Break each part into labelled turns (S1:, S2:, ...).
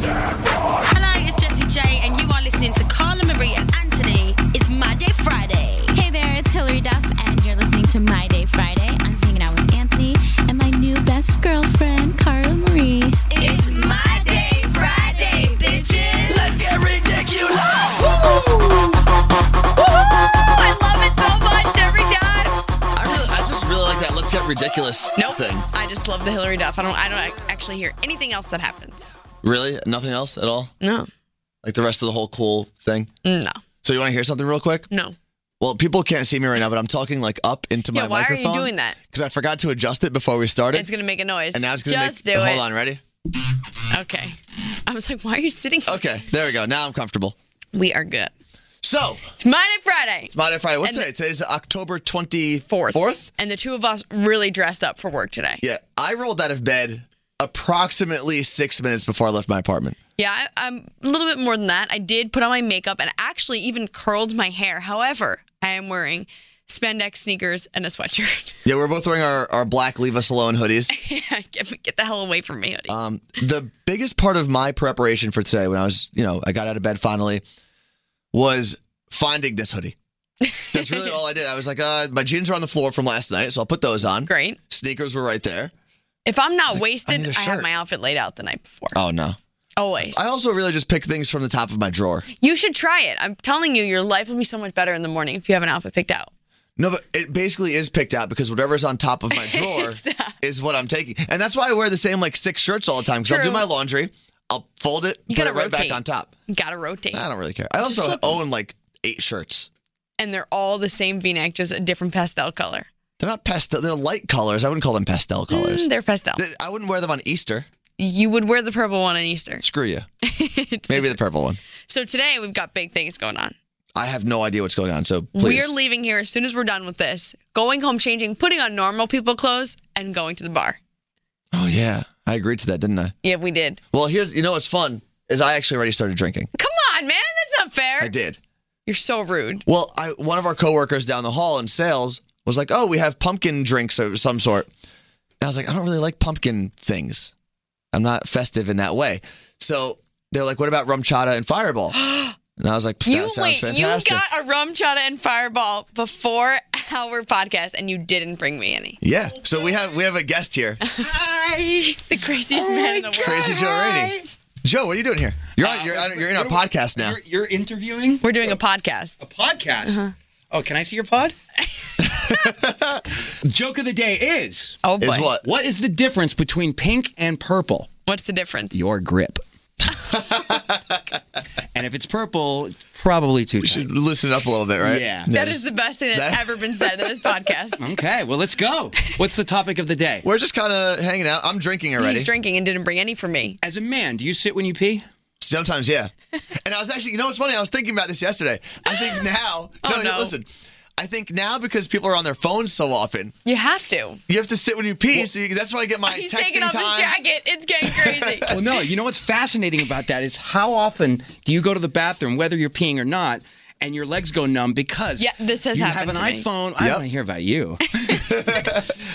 S1: Hello, it's Jessie J, and you are listening to Carla Marie and Anthony. It's My Day Friday.
S2: Hey there, it's Hillary Duff, and you're listening to My Day Friday. I'm hanging out with Anthony and my new best girlfriend, Carla Marie.
S1: It's My Day Friday, bitches.
S3: Let's get ridiculous.
S1: I love it so much every time.
S3: I really, I just really like that. Let's get ridiculous.
S4: Nope.
S3: Thing.
S4: I just love the Hillary Duff. I don't. I don't actually hear anything else that happens.
S3: Really, nothing else at all.
S4: No.
S3: Like the rest of the whole cool thing.
S4: No.
S3: So you want to hear something real quick?
S4: No.
S3: Well, people can't see me right now, but I'm talking like up into
S4: Yeah.
S3: my
S4: why
S3: microphone.
S4: are you doing that?
S3: Because I forgot to adjust it before we started.
S4: It's gonna make a noise.
S3: and now it's gonna
S4: just
S3: make.
S4: do
S3: hold
S4: it.
S3: on, ready?
S4: Okay. I was like, why are you sitting?
S3: Okay, there we go. Now I'm comfortable.
S4: We are good.
S3: So
S4: It's Monday, Friday.
S3: it's Monday, Friday. What's
S4: And the-
S3: today? Today's October twenty
S4: Fourth.
S3: Fourth.
S4: And the two of us really dressed up for work today.
S3: Yeah, I rolled out of bed approximately six minutes before I left my apartment.
S4: Yeah, I, I'm a little bit more than that. I did put on my makeup and actually even curled my hair. However, I am wearing spandex sneakers and a sweatshirt.
S3: Yeah, we're both wearing our, our black leave us alone hoodies.
S4: yeah, get, get the hell away from me, hoodie.
S3: Um, the biggest part of my preparation for today, when I was, you know, I got out of bed finally, was finding this hoodie. That's really all I did. I was like, uh, my jeans are on the floor from last night, so I'll put those on.
S4: Great.
S3: Sneakers were right there.
S4: If I'm not
S3: like, I
S4: wasted,
S3: need a
S4: I have
S3: shirt.
S4: my outfit laid out the night before.
S3: Oh no!
S4: Always.
S3: I also really just picked things from the top of my drawer.
S4: You should try it. I'm telling you, your life will be so much better in the morning if you have an outfit picked out.
S3: No, but it basically is picked out because whatever's on top of my drawer
S4: Stop.
S3: is what I'm taking, and that's why I wear the same like six shirts all the time. Because I'll do
S4: True.
S3: my laundry, I'll fold it,
S4: You
S3: put
S4: gotta
S3: it right
S4: rotate.
S3: back on top.
S4: You gotta rotate.
S3: I don't really care. I
S4: Just
S3: also
S4: flip 'em.
S3: own like eight shirts.
S4: And they're all the same v neck, just a different pastel color.
S3: They're not pastel. They're light colors. I wouldn't call them pastel colors.
S4: Mm, they're pastel.
S3: Th- I wouldn't wear them on Easter.
S4: you would wear the purple one on Easter.
S3: Screw you.
S4: It's
S3: Maybe
S4: the-
S3: the purple one.
S4: so today we've got big things going on.
S3: I have no idea what's going on. So please.
S4: We're leaving here as soon as we're done with this, going home, changing, putting on normal people clothes, and going to the bar.
S3: oh yeah, I agreed to that, didn't I?
S4: Yeah, we did.
S3: Well, here's you know what's fun is I actually already started drinking.
S4: Come on, man. That's not fair.
S3: I did.
S4: You're so rude.
S3: Well, I one of our coworkers down the hall in sales was like, "Oh, we have pumpkin drinks of some sort." And I was like, "I don't really like pumpkin things. I'm not festive in that way." So they're like, "What about rum chata and fireball?" And I was like, "Pff, "That
S4: you
S3: sounds
S4: wait.
S3: fantastic."
S4: You got a rum chata and fireball before our podcast, and you didn't bring me any.
S3: yeah. So we have we have a guest here.
S4: The craziest man in the world.
S3: Crazy Joe Rainey. Joe, what are you doing here? You're
S5: Uh,
S3: on, Oh, you're, on- you're in our podcast now.
S5: You're, you're interviewing
S4: We're doing a podcast.
S5: a podcast. Oh, can I see your pod? Joke of the day is
S4: Oh boy.
S3: Is what?
S5: what is the difference between pink and purple?
S4: What's the difference?
S5: Your grip. and if it's purple, it's probably too tight.
S3: Should loosen up a little bit, right?
S5: Yeah.
S4: that is the best thing that's
S3: that-
S4: ever been said in this podcast.
S5: Okay, well, let's go. What's the topic of the day?
S3: We're just kind of hanging out. I'm drinking already.
S4: He's drinking and didn't bring any for me.
S5: As a man, do you sit when you pee?
S3: Sometimes, yeah. And I was actually, you know what's funny? I was thinking about this yesterday. I think now,
S4: Oh, no.
S3: listen, I think now because people are on their phones so often,
S4: You have to.
S3: you have to sit when you pee. so you, that's why I get my
S4: He's
S3: texting
S4: taking off
S3: time.
S4: his jacket. It's getting crazy.
S5: Well, no. You know what's fascinating about that is how often do you go to the bathroom, whether you're peeing or not, and your legs go numb because
S4: Yeah, this has
S5: you
S4: happened
S5: have an
S4: to me.
S5: iPhone. I
S3: Yep.
S5: want to hear about you.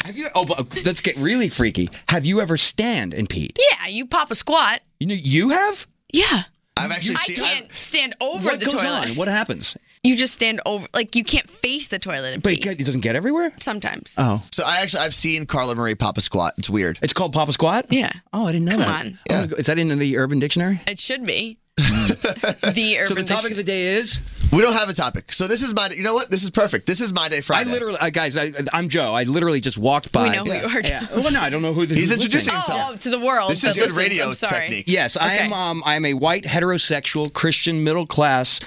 S5: have you? Oh, but let's get really freaky. Have you ever stand and peed?
S4: yeah, you pop a squat.
S5: You know, you have.
S4: Yeah.
S3: I've actually
S4: I
S3: seen.
S4: can't stand over
S5: what
S4: the
S5: goes
S4: toilet.
S5: on? What happens?
S4: You just stand over, like you can't face the toilet. And
S5: But
S4: pee.
S5: it, get, it doesn't get everywhere.
S4: Sometimes.
S5: Oh,
S3: so I actually, I've seen Carla Marie pop a squat. It's weird.
S5: it's called Papa Squat.
S4: Yeah.
S5: Oh, I didn't know
S4: Come
S5: that.
S4: on.
S5: Oh my God, Is that in the Urban Dictionary?
S4: It should be. the urban
S5: So the topic of the day is
S3: We don't have a topic. So this is my, you know what? This is perfect. This is my day
S5: I
S3: Friday.
S5: literally, uh, guys, I, I'm Joe. I literally just walked by.
S4: We know who you are.
S5: Yeah. Well, no, I don't know who the
S3: He's
S5: who's listening.
S3: introducing
S4: Oh,
S3: himself.
S4: oh, to the world.
S3: This is
S4: that
S3: good
S4: listens.
S3: radio
S4: I'm sorry.
S3: technique.
S5: Yes, I
S4: Okay.
S5: am. Um, I'm a white heterosexual Christian middle class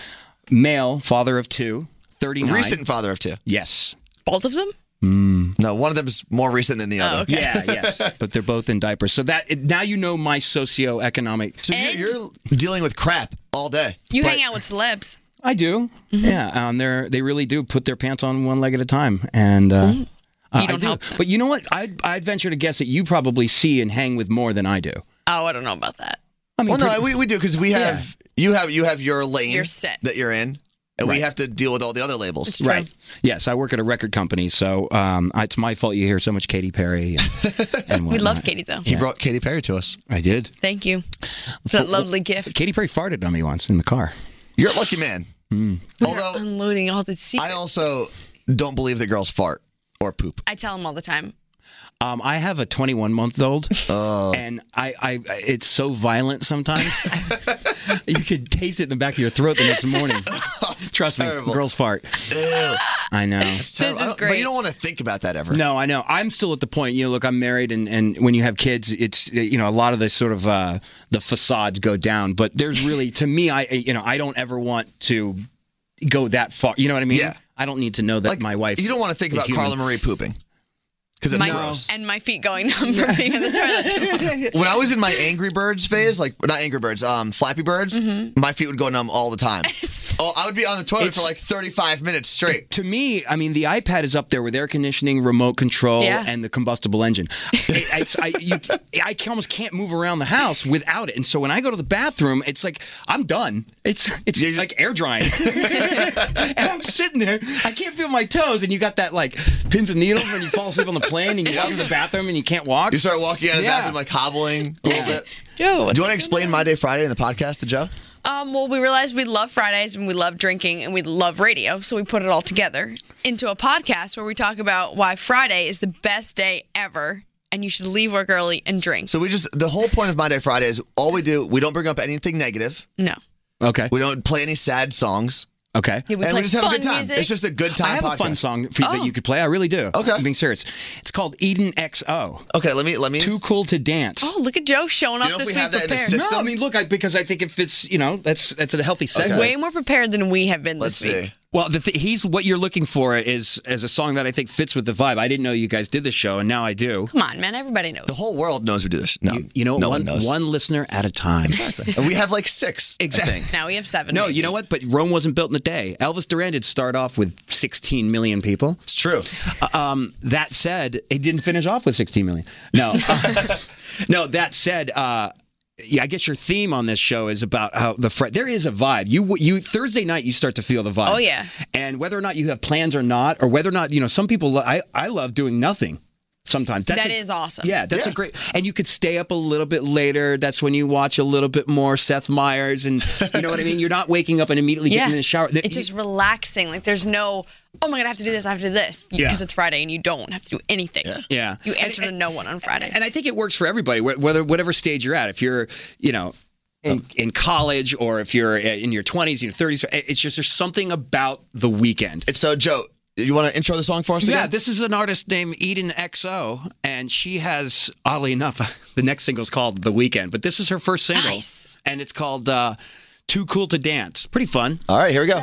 S5: male, father of two, 39.
S3: Recent father of two.
S5: Yes.
S4: Both of them?
S3: No, one of them's more recent than the other.
S4: Oh, okay.
S5: Yeah. yes. But they're both in diapers. So that it- now you know my socioeconomic.
S3: So you're,
S4: And-
S3: you're dealing with crap all day.
S4: You hang out with celebs.
S5: I do.
S4: Mm-hmm.
S5: Yeah. Um, they're they really do put their pants on one leg at a time, and uh, uh, I
S4: don't
S5: do.
S4: help them.
S5: But you know what? I I venture to guess that you probably see and hang with more than I do.
S4: Oh, I don't know about that.
S5: I mean,
S3: Well, no,
S5: pretty-
S3: we, we do because we have you have you have your lane
S4: Your set.
S3: that you're in, and we
S5: Right.
S3: have to deal with all the other labels.
S4: True.
S5: Right. Yes, I work at a record company, so um, it's my fault you hear so much Katy Perry. And, and
S4: We love
S5: whatnot.
S4: Katie though.
S3: He brought Katy Perry to us.
S5: I did.
S4: Thank you for that lovely gift.
S5: Katy Perry farted on me once in the car.
S3: You're a lucky man. Although
S4: Unloading all the
S3: I
S4: secrets. I,
S3: also don't believe that girls fart or poop.
S4: tell him all the time.
S5: Um, I have a 21 month old,
S3: Oh.
S5: and I, I, it's so violent sometimes. you could taste it in the back of your throat the next morning. Trust
S3: terrible.
S5: me, girls fart. I know.
S3: It's terrible.
S4: This is
S3: I don't- But
S4: great.
S3: you don't want to think about that ever.
S5: No, I know. I'm still at the point. You know, look, I'm married, and, and when you have kids, it's you know a lot of the sort of uh, the facades go down. But there's really, to me, I you know I don't ever want to go that far. You know what I mean?
S3: Yeah.
S5: I don't need to know that
S3: Like,
S5: my wife.
S3: You don't want to think
S5: is
S3: about
S5: human.
S3: Carla Marie pooping because it's
S4: My,
S3: gross.
S4: And my feet going numb from being in the toilet.
S3: When I was in my Angry Birds phase, like not Angry Birds, um, Flappy Birds, my feet would go numb all the time. oh, I would be on the toilet for
S5: It's-
S3: like 35 minutes straight.
S5: To me, I mean, the iPad is up there with air conditioning, remote control,
S4: Yeah.
S5: and the combustible engine. It- it's- I, you, I can- almost can't move around the house without it. And so when I go to the bathroom, it's like I'm done. It's it's
S3: Yeah, you-
S5: like air drying, and I'm sitting there. I can't feel my toes, and you got that like pins and needles when you fall asleep on the plane, and you walk to the bathroom and you can't walk.
S3: You start walking out of the
S5: Yeah.
S3: bathroom like hobbling a little bit.
S4: Joe.
S3: Do you want to explain My Day Friday in the podcast to Joe?
S4: Um, well, we realized we love Fridays and we love drinking and we love radio, so we put it all together into a podcast where we talk about why Friday is the best day ever and you should leave work early and drink.
S3: So we just the whole point of My Day Friday is all we do. We don't bring up anything negative.
S4: no.
S5: Okay.
S3: We don't play any sad songs,
S5: Okay.
S4: Yeah, we Oh.
S3: and
S4: play
S3: we just have a
S4: fun
S3: good time.
S4: music.
S3: It's just a good time.
S5: I have
S3: podcast.
S5: a fun song for you that you could play. I really do.
S3: Okay.
S5: I'm being serious. It's called Eden XO.
S3: Okay, let me let me.
S5: Too cool to dance.
S4: Oh, look at Joe showing up
S3: know if
S4: this
S3: we
S4: week
S3: have that in the
S4: prepared.
S3: system?
S5: No, I mean, look, I, because I think if it's you know that's that's a healthy segue.
S3: Okay.
S4: Way more prepared than we have been
S3: let's
S4: this week.
S3: see.
S5: Well, the th- he's what you're looking for is as a song that I think fits with the vibe. I didn't know you guys did this show, and now I do.
S4: Come on, man. Everybody knows.
S3: The whole world knows we do this. No,
S5: You, you know,
S3: no one,
S5: one,
S3: knows.
S5: one listener at a time.
S3: And we have like six.
S5: Exact-
S3: I think.
S4: Now we have seven.
S5: No,
S4: maybe.
S5: you know what? But Rome wasn't built in a day. Elvis Duran did start off with 16 million people.
S3: It's true.
S5: Um, that said, it didn't finish off with 16 million. No, no. That said, uh, yeah, I guess your theme on this show is about how the fr- there is a vibe. You you Thursday night you start to feel the vibe.
S4: Oh, yeah.
S5: And whether or not you have plans or not, or whether or not you know some people, lo- I I love doing nothing. Sometimes that's
S4: That
S5: a-
S4: is awesome.
S5: Yeah, that's
S3: Yeah.
S5: a great. And you could stay up a little bit later. That's when you watch a little bit more Seth Meyers, and you know what I mean. You're not waking up and immediately
S4: Yeah.
S5: getting in the shower.
S4: It's just relaxing. Like there's no, oh my God, I have to do this. I have to do this. Because
S5: Yeah.
S4: it's Friday and you don't have to do anything.
S5: yeah.
S4: You
S5: And-
S4: answer to no one on Friday.
S5: and I think it works for everybody, wh- whether whatever stage you're at. If you're, you know, in, in college or if you're uh, in your 20s, your 30s, it's just there's something about the weekend.
S3: It's so Joe. You want to intro the song for us
S5: yeah,
S3: again?
S5: this is an artist named Eden XO, and she has, oddly enough, the next single is called "The Weekend," but this is her first single,
S4: Nice.
S5: and it's called uh, "Too Cool to Dance." Pretty fun.
S3: All right, here we go.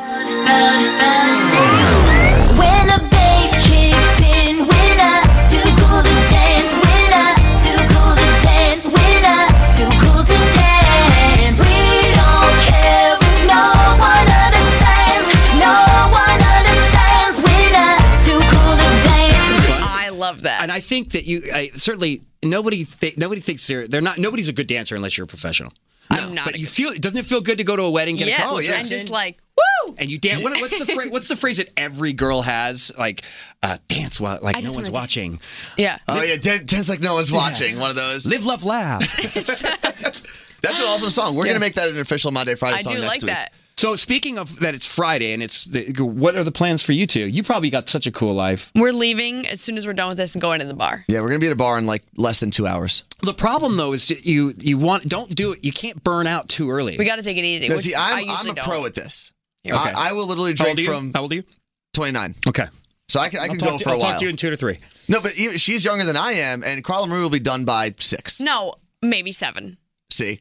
S6: When the bass kicks in, when I too cool to dance, when I too cool to dance, when I too cool to dance. We don't care if no one understands, no one understands. When I too cool to dance.
S4: I love that.
S5: And I think that you I, certainly nobody th- nobody thinks they're they're not nobody's a good dancer unless you're a professional.
S4: I'm not.
S5: But
S4: a
S5: you
S4: good-
S5: feel doesn't it feel good Oh, to go to a wedding? Get a
S4: yeah.
S5: couple of
S3: yeah.
S5: drinks
S4: And
S5: in?
S4: just like, woo!
S5: And you dance. What, what's the phrase? What's the phrase that every girl has? Like, uh, dance while like no
S4: just
S5: one's
S4: wanna dance.
S5: watching.
S4: Yeah.
S3: Oh yeah, Dan- Dan's like no one's watching. One of those.
S5: Live, love, laugh.
S3: That's an awesome song. We're
S5: Yeah.
S3: gonna make that an official My Day Friday
S4: I
S3: song
S4: do
S3: next
S4: like
S3: week.
S4: that.
S5: so speaking of that, it's Friday, and it's the, what are the plans for you two? You probably got such a cool life.
S4: We're leaving as soon as we're done with this and going to the bar.
S3: Yeah, we're gonna be at a bar in like less than two hours.
S5: The problem though is that you you want don't do it. You can't burn out too early.
S4: We got to take it easy.
S3: No,
S4: which
S3: see,
S4: I
S3: I'm, I'm
S4: usually
S3: a
S4: don't.
S3: pro at this.
S4: You're
S3: I-
S5: okay.
S3: I, will literally
S5: How old
S3: drink
S5: are you?
S3: from
S5: How old are you?
S3: 29,
S5: Okay.
S3: so I can I
S5: I'll
S3: can
S5: talk
S3: go
S5: to-
S3: for a
S5: I'll
S3: while.
S5: talk to you in two to three.
S3: No, but even, she's younger than I am, and Carla Marie will be done by six.
S4: No, maybe seven.
S3: See,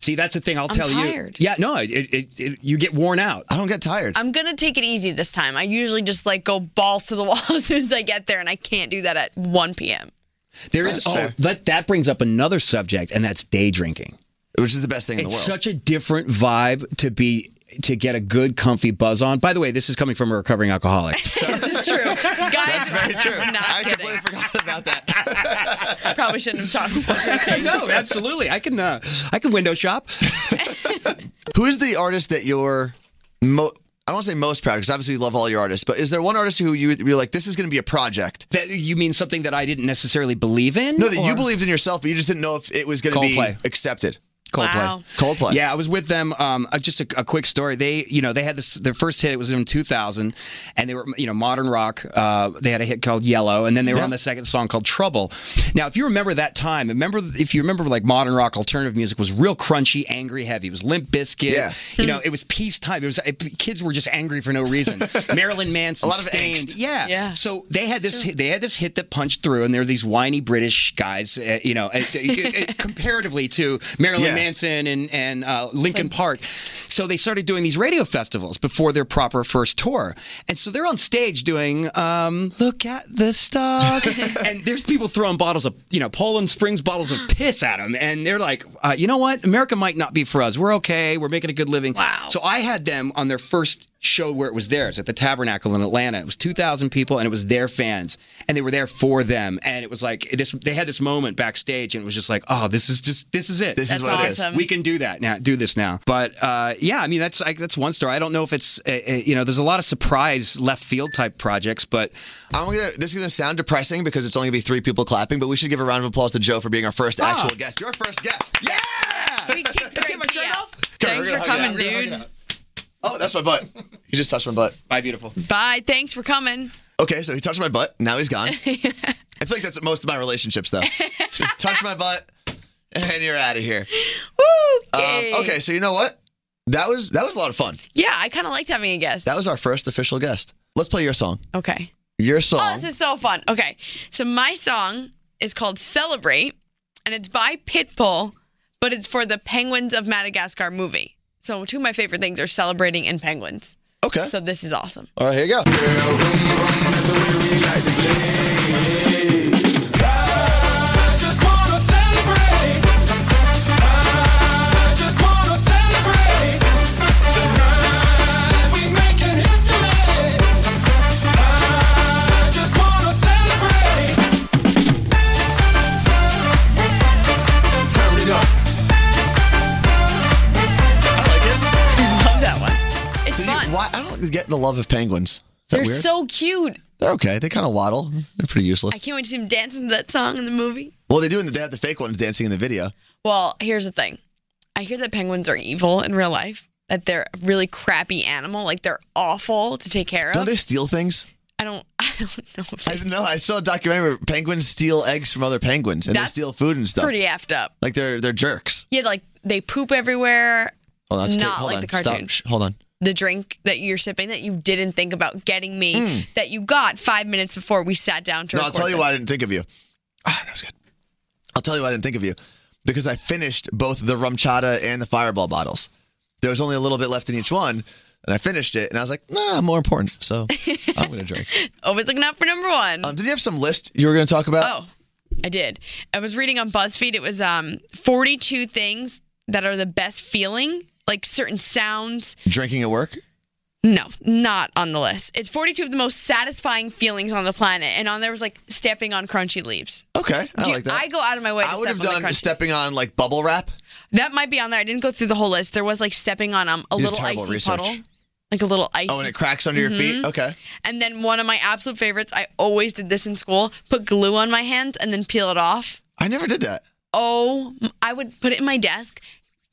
S5: See, that's the thing. I'll
S4: I'm
S5: tell
S4: tired.
S5: you. Yeah, no, it, it, it, it- you get worn out.
S3: I don't get tired.
S4: I'm gonna take it easy this time. I usually just like go balls to the wall as soon as I get there, and I can't do that at 1 p.m.
S5: There is
S3: That's
S5: oh,
S3: fair.
S5: that that brings up another subject, and that's day drinking.
S3: which is the best thing in the
S5: It's
S3: world.
S5: such a different vibe to be to get a good comfy buzz on. By the way, this is coming from a recovering alcoholic.
S4: This is true, guys. That's
S3: Very true.
S4: Not
S3: I
S4: kidding.
S3: completely forgot about that.
S4: I probably shouldn't have talked about that.
S5: no, absolutely. I can uh, I can window shop.
S3: Who is the artist that you're mo- I don't want to say most proud because obviously you love all your artists, but is there one artist who you you're like this is going to be a project?
S5: That, you mean something that I didn't necessarily believe in?
S3: No, that you
S5: or-
S3: believed in yourself, but you just didn't know if it was going to be
S5: Coldplay.
S3: accepted.
S5: Coldplay.
S4: Wow.
S3: Coldplay.
S5: Yeah, I was with them. Um, uh, just a, a quick story. They, you know, they had this. Their first hit was in 2000, and they were, you know, modern rock. Uh, they had a hit called Yellow, and then they were
S3: Yeah.
S5: on the second song called Trouble. Now, if you remember that time, remember if you remember, like modern rock alternative music was real crunchy, angry, heavy. It was Limp Bizkit.
S3: Yeah.
S5: You know, it was peacetime. It was it, kids were just angry for no reason. Marilyn Manson.
S3: A lot of
S5: Stained.
S3: angst.
S5: Yeah.
S4: Yeah.
S5: So they had this. Hit, they had this hit that punched through, and they're these whiny British guys. Uh, you know, uh, uh, uh, comparatively to Marilyn
S3: Yeah.
S5: Manson. Manson and and uh, Lincoln Park. So they started doing these radio festivals before their proper first tour, and so they're on stage doing um, "Look at the Stars," and there's people throwing bottles of you know Poland Springs bottles of piss at them, and they're like, uh, you know what, America might not be for us. We're okay. We're making a good living. Wow. So I had them on their first show where it was theirs at the Tabernacle in Atlanta. It was 2,000 people and it was their fans and they were there for them. And it was like this, they had this moment backstage and it was just like, oh, this is just, this is it.
S3: This is
S4: That's
S3: what it is.
S4: awesome.
S5: We can do that now. Do this now. But uh, yeah, I mean that's I, that's one story. I don't know if it's uh, uh, you know there's a lot of surprise left field type projects, but
S3: I'm gonna. This is gonna sound depressing because it's only gonna be three people clapping, but we should give a round of applause to Joe for being our first actual guest. Your first guest.
S5: Ah. yeah.
S4: We kicked
S5: Take my
S4: Greg
S5: shirt
S4: T out.
S5: off.
S4: Thanks
S3: we're
S4: for
S3: gonna hug it
S4: coming,
S3: out. We're gonna hug it
S4: dude.
S3: out. Oh, that's my butt. You just touched my butt.
S5: Bye, beautiful.
S4: Bye. Thanks for
S3: Um,
S4: coming.
S3: Okay, so he touched my butt. Now he's gone. I feel like that's most of my relationships, though. Just touch my butt, and you're out of here. Um,
S4: Okay.
S3: okay, so you know what? That was that was a lot of fun.
S4: Yeah, I kind of liked having a guest.
S3: That was our first official guest. Let's play your song.
S4: Okay.
S3: Your song.
S4: Oh, this is so fun. Okay. So my song is called Celebrate, and it's by Pitbull, but it's for the Penguins of Madagascar movie. So two of my favorite things are celebrating and penguins.
S3: okay.
S4: So this is awesome.
S3: All right, here you go. I like it.
S4: Love that one. It's
S3: So you-
S4: fun.
S3: why, I don't get the love of penguins. Is that
S4: They're
S3: weird?
S4: so cute.
S3: They're okay. They kind of waddle. They're pretty useless.
S4: I can't wait to see him dancing to that song in the movie.
S3: Well, they do. in the- They have the fake ones dancing in the video.
S4: Well, here's the thing. I hear that penguins are evil in real life. That they're a really crappy animal. Like they're awful to take care of.
S3: Don't they steal things?
S4: I don't. I don't know. If
S3: I
S4: they-
S3: know. I saw a documentary where penguins steal eggs from other penguins and
S4: That's
S3: they steal food and stuff.
S4: pretty effed up.
S3: like they're they're jerks.
S4: Yeah, like they poop everywhere.
S3: Hold on,
S4: Not
S3: take- hold
S4: like
S3: on,
S4: the cartoon.
S3: Stop. Shh, Hold on.
S4: The drink that you're sipping that you didn't think about getting me that you got five minutes before we sat down to.
S3: Mm. No, I'll
S4: record
S3: tell you
S4: this.
S3: why I didn't think of you. Ah, that was good. I'll tell you why I didn't think of you because I finished both the rum chata and the fireball bottles. There was only a little bit left in each one, and I finished it, and I was like, nah, more important. So I'm gonna drink.
S4: Always looking out for number one.
S3: Um, did you have some list you were gonna talk about?
S4: Oh, I did. I was reading on BuzzFeed. It was um 42 things that are the best feeling, like certain sounds.
S3: Drinking at work.
S4: No, not on the list. It's 42 of the most satisfying feelings on the planet, and on there was like stepping on crunchy leaves.
S3: Okay, I
S4: Do you-
S3: like that.
S4: I go out of my way. To
S3: I would
S4: step
S3: have
S4: on the
S3: done
S4: crunchy-
S3: stepping on like bubble wrap.
S4: That might be on there. I didn't go through the whole list. There was like stepping on um, a
S3: did
S4: little
S3: terrible
S4: icy
S3: research.
S4: puddle, like a little icy.
S3: Oh, and it cracks under your
S4: Mm-hmm.
S3: feet. Okay.
S4: And then one of my absolute favorites. I always did this in school. Put glue on my hands and then peel it off.
S3: I never did that.
S4: Oh, m- I would put it in my desk,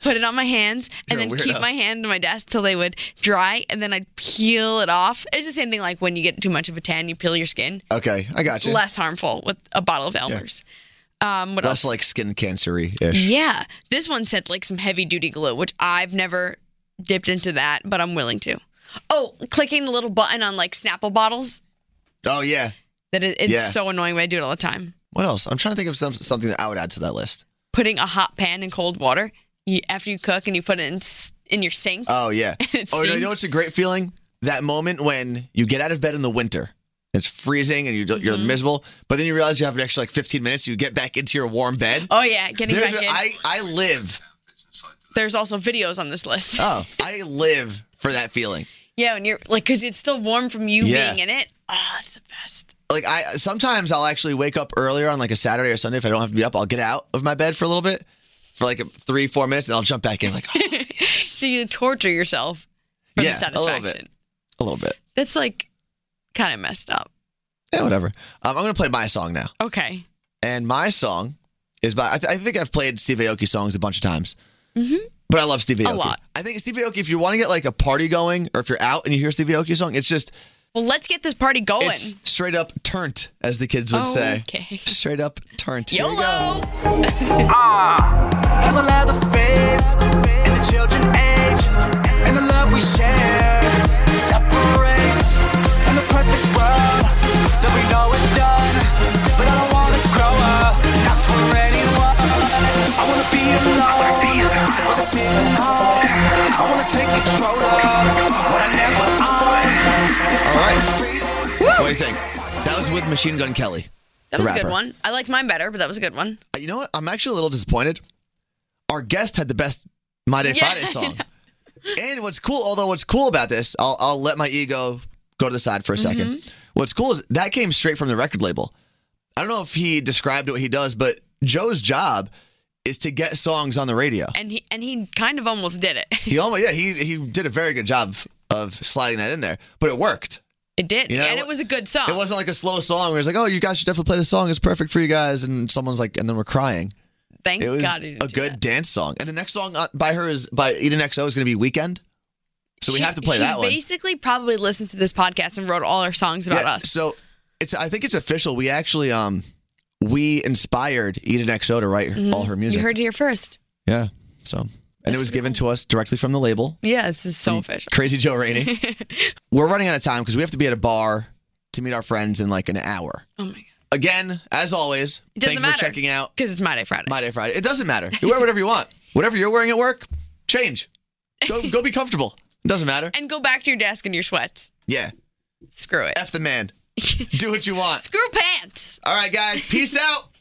S4: put it on my hands, and
S3: You're a
S4: then keep
S3: weirdo.
S4: my hand in my desk till they would dry, and then I'd peel it off. It's the same thing like when you get too much of a tan, you peel your skin.
S3: Okay, I got you.
S4: Less harmful with a bottle of Elmer's. Um, what else?
S3: Less like skin cancery ish.
S4: Yeah, this one said like some heavy duty glue, which I've never dipped into that, but I'm willing to. Oh, clicking the little button on like Snapple bottles.
S3: Oh yeah.
S4: That it, it's
S3: Yeah.
S4: so annoying, but I do it all the time.
S3: What else? I'm trying to think of some, something that I would add to that list.
S4: Putting a hot pan in cold water you, after you cook, and you put it in s- in your sink.
S3: Oh yeah.
S4: It
S3: oh, you know
S4: stinks.
S3: what's a great feeling? That moment when you get out of bed in the winter. It's freezing and you don't,
S4: Mm-hmm.
S3: you're miserable, but then you realize you have an extra like 15 minutes. You get back into your warm bed.
S4: oh yeah, getting
S3: There's
S4: back
S3: a-
S4: in.
S3: I I live.
S4: There's also videos on this list.
S3: Oh, I live for that feeling.
S4: yeah, and you're like, because it's still warm from you
S3: Yeah.
S4: being in it. Oh, it's the best.
S3: Like I sometimes I'll actually wake up earlier on like a Saturday or Sunday if I don't have to be up. I'll get out of my bed for a little bit, for like three four minutes, and I'll jump back in. Like oh,
S4: So you torture yourself for
S3: Yeah,
S4: the
S3: a little bit.
S4: satisfaction.
S3: A little bit.
S4: That's like kind of messed up.
S3: Yeah, whatever. Um, I'm going to play my song now.
S4: Okay.
S3: And my song is by, I, th- I think I've played Steve Aoki songs a bunch of times. Mm-hmm. But I love Steve Aoki.
S4: lot.
S3: I think Steve Aoki, if you want to get like a party going or if you're out and you hear a Steve Aoki song, it's just,
S4: Well, let's get this party going.
S3: it's straight up turnt, as the kids would say.
S4: Okay.
S3: Straight up turnt. Here we go.
S4: YOLO.
S7: As I love the fades and the children age, and the love we share separates. And the perfect world that we know is done, but I don't wanna grow up, not for anyone. I wanna be alone, what the season holds. I wanna take control of what I never owned.
S3: All right.
S7: Freedom.
S3: What do you think? That was with Machine Gun Kelly.
S4: That
S3: the
S4: was a
S3: rapper.
S4: good one. I liked mine better, but that was a good one.
S3: Uh, You know what? I'm actually a little disappointed. Our guest had the best My Day
S4: Yeah,
S3: Friday
S4: I
S3: song. And what's cool, although what's cool about this, I'll, I'll let my ego go to the side for a 2nd
S4: Mm-hmm.
S3: What's cool is that came straight from the record label. I don't know if he described what he does, but Joe's job is to get songs on the radio.
S4: And he and he kind of almost did it.
S3: He almost, yeah, he, he did a very good job of sliding that in there, but it worked.
S4: It did.
S3: You know,
S4: and it was a good song.
S3: It wasn't like a slow song where it's like, oh, you guys should definitely play this song. It's perfect for you guys. And someone's like, and then we're crying.
S4: Thank
S3: It was
S4: God he didn't
S3: a
S4: do
S3: good
S4: that.
S3: dance song. And the next song uh, by her is by Eden XO is going to be Weekend. So we
S4: She-
S3: have to play
S4: she
S3: that one.
S4: basically probably listened to this podcast and wrote all our songs about
S3: Yeah,
S4: us.
S3: So it's I think it's official. We actually um we inspired Eden XO to write her, all her
S4: Mm-hmm. You
S3: music.
S4: heard it here first.
S3: yeah. So and it was given to us directly from the label.
S4: Yeah, this is so official.
S3: Crazy Joe Rainey. We're running out of time because we have to be at a bar to meet our friends in like an hour.
S4: Oh my god.
S3: Again, as always,
S4: It
S3: thank
S4: doesn't
S3: you
S4: matter.
S3: for checking out
S4: Because it's My Day Friday.
S3: My Day Friday. It doesn't matter. You wear whatever you want. Whatever you're wearing at work, change. Go go be comfortable. It doesn't matter.
S4: and go back to your desk in your sweats.
S3: Yeah.
S4: Screw it.
S3: F the man. Do what you want.
S4: Screw pants.
S3: All right, guys. Peace out.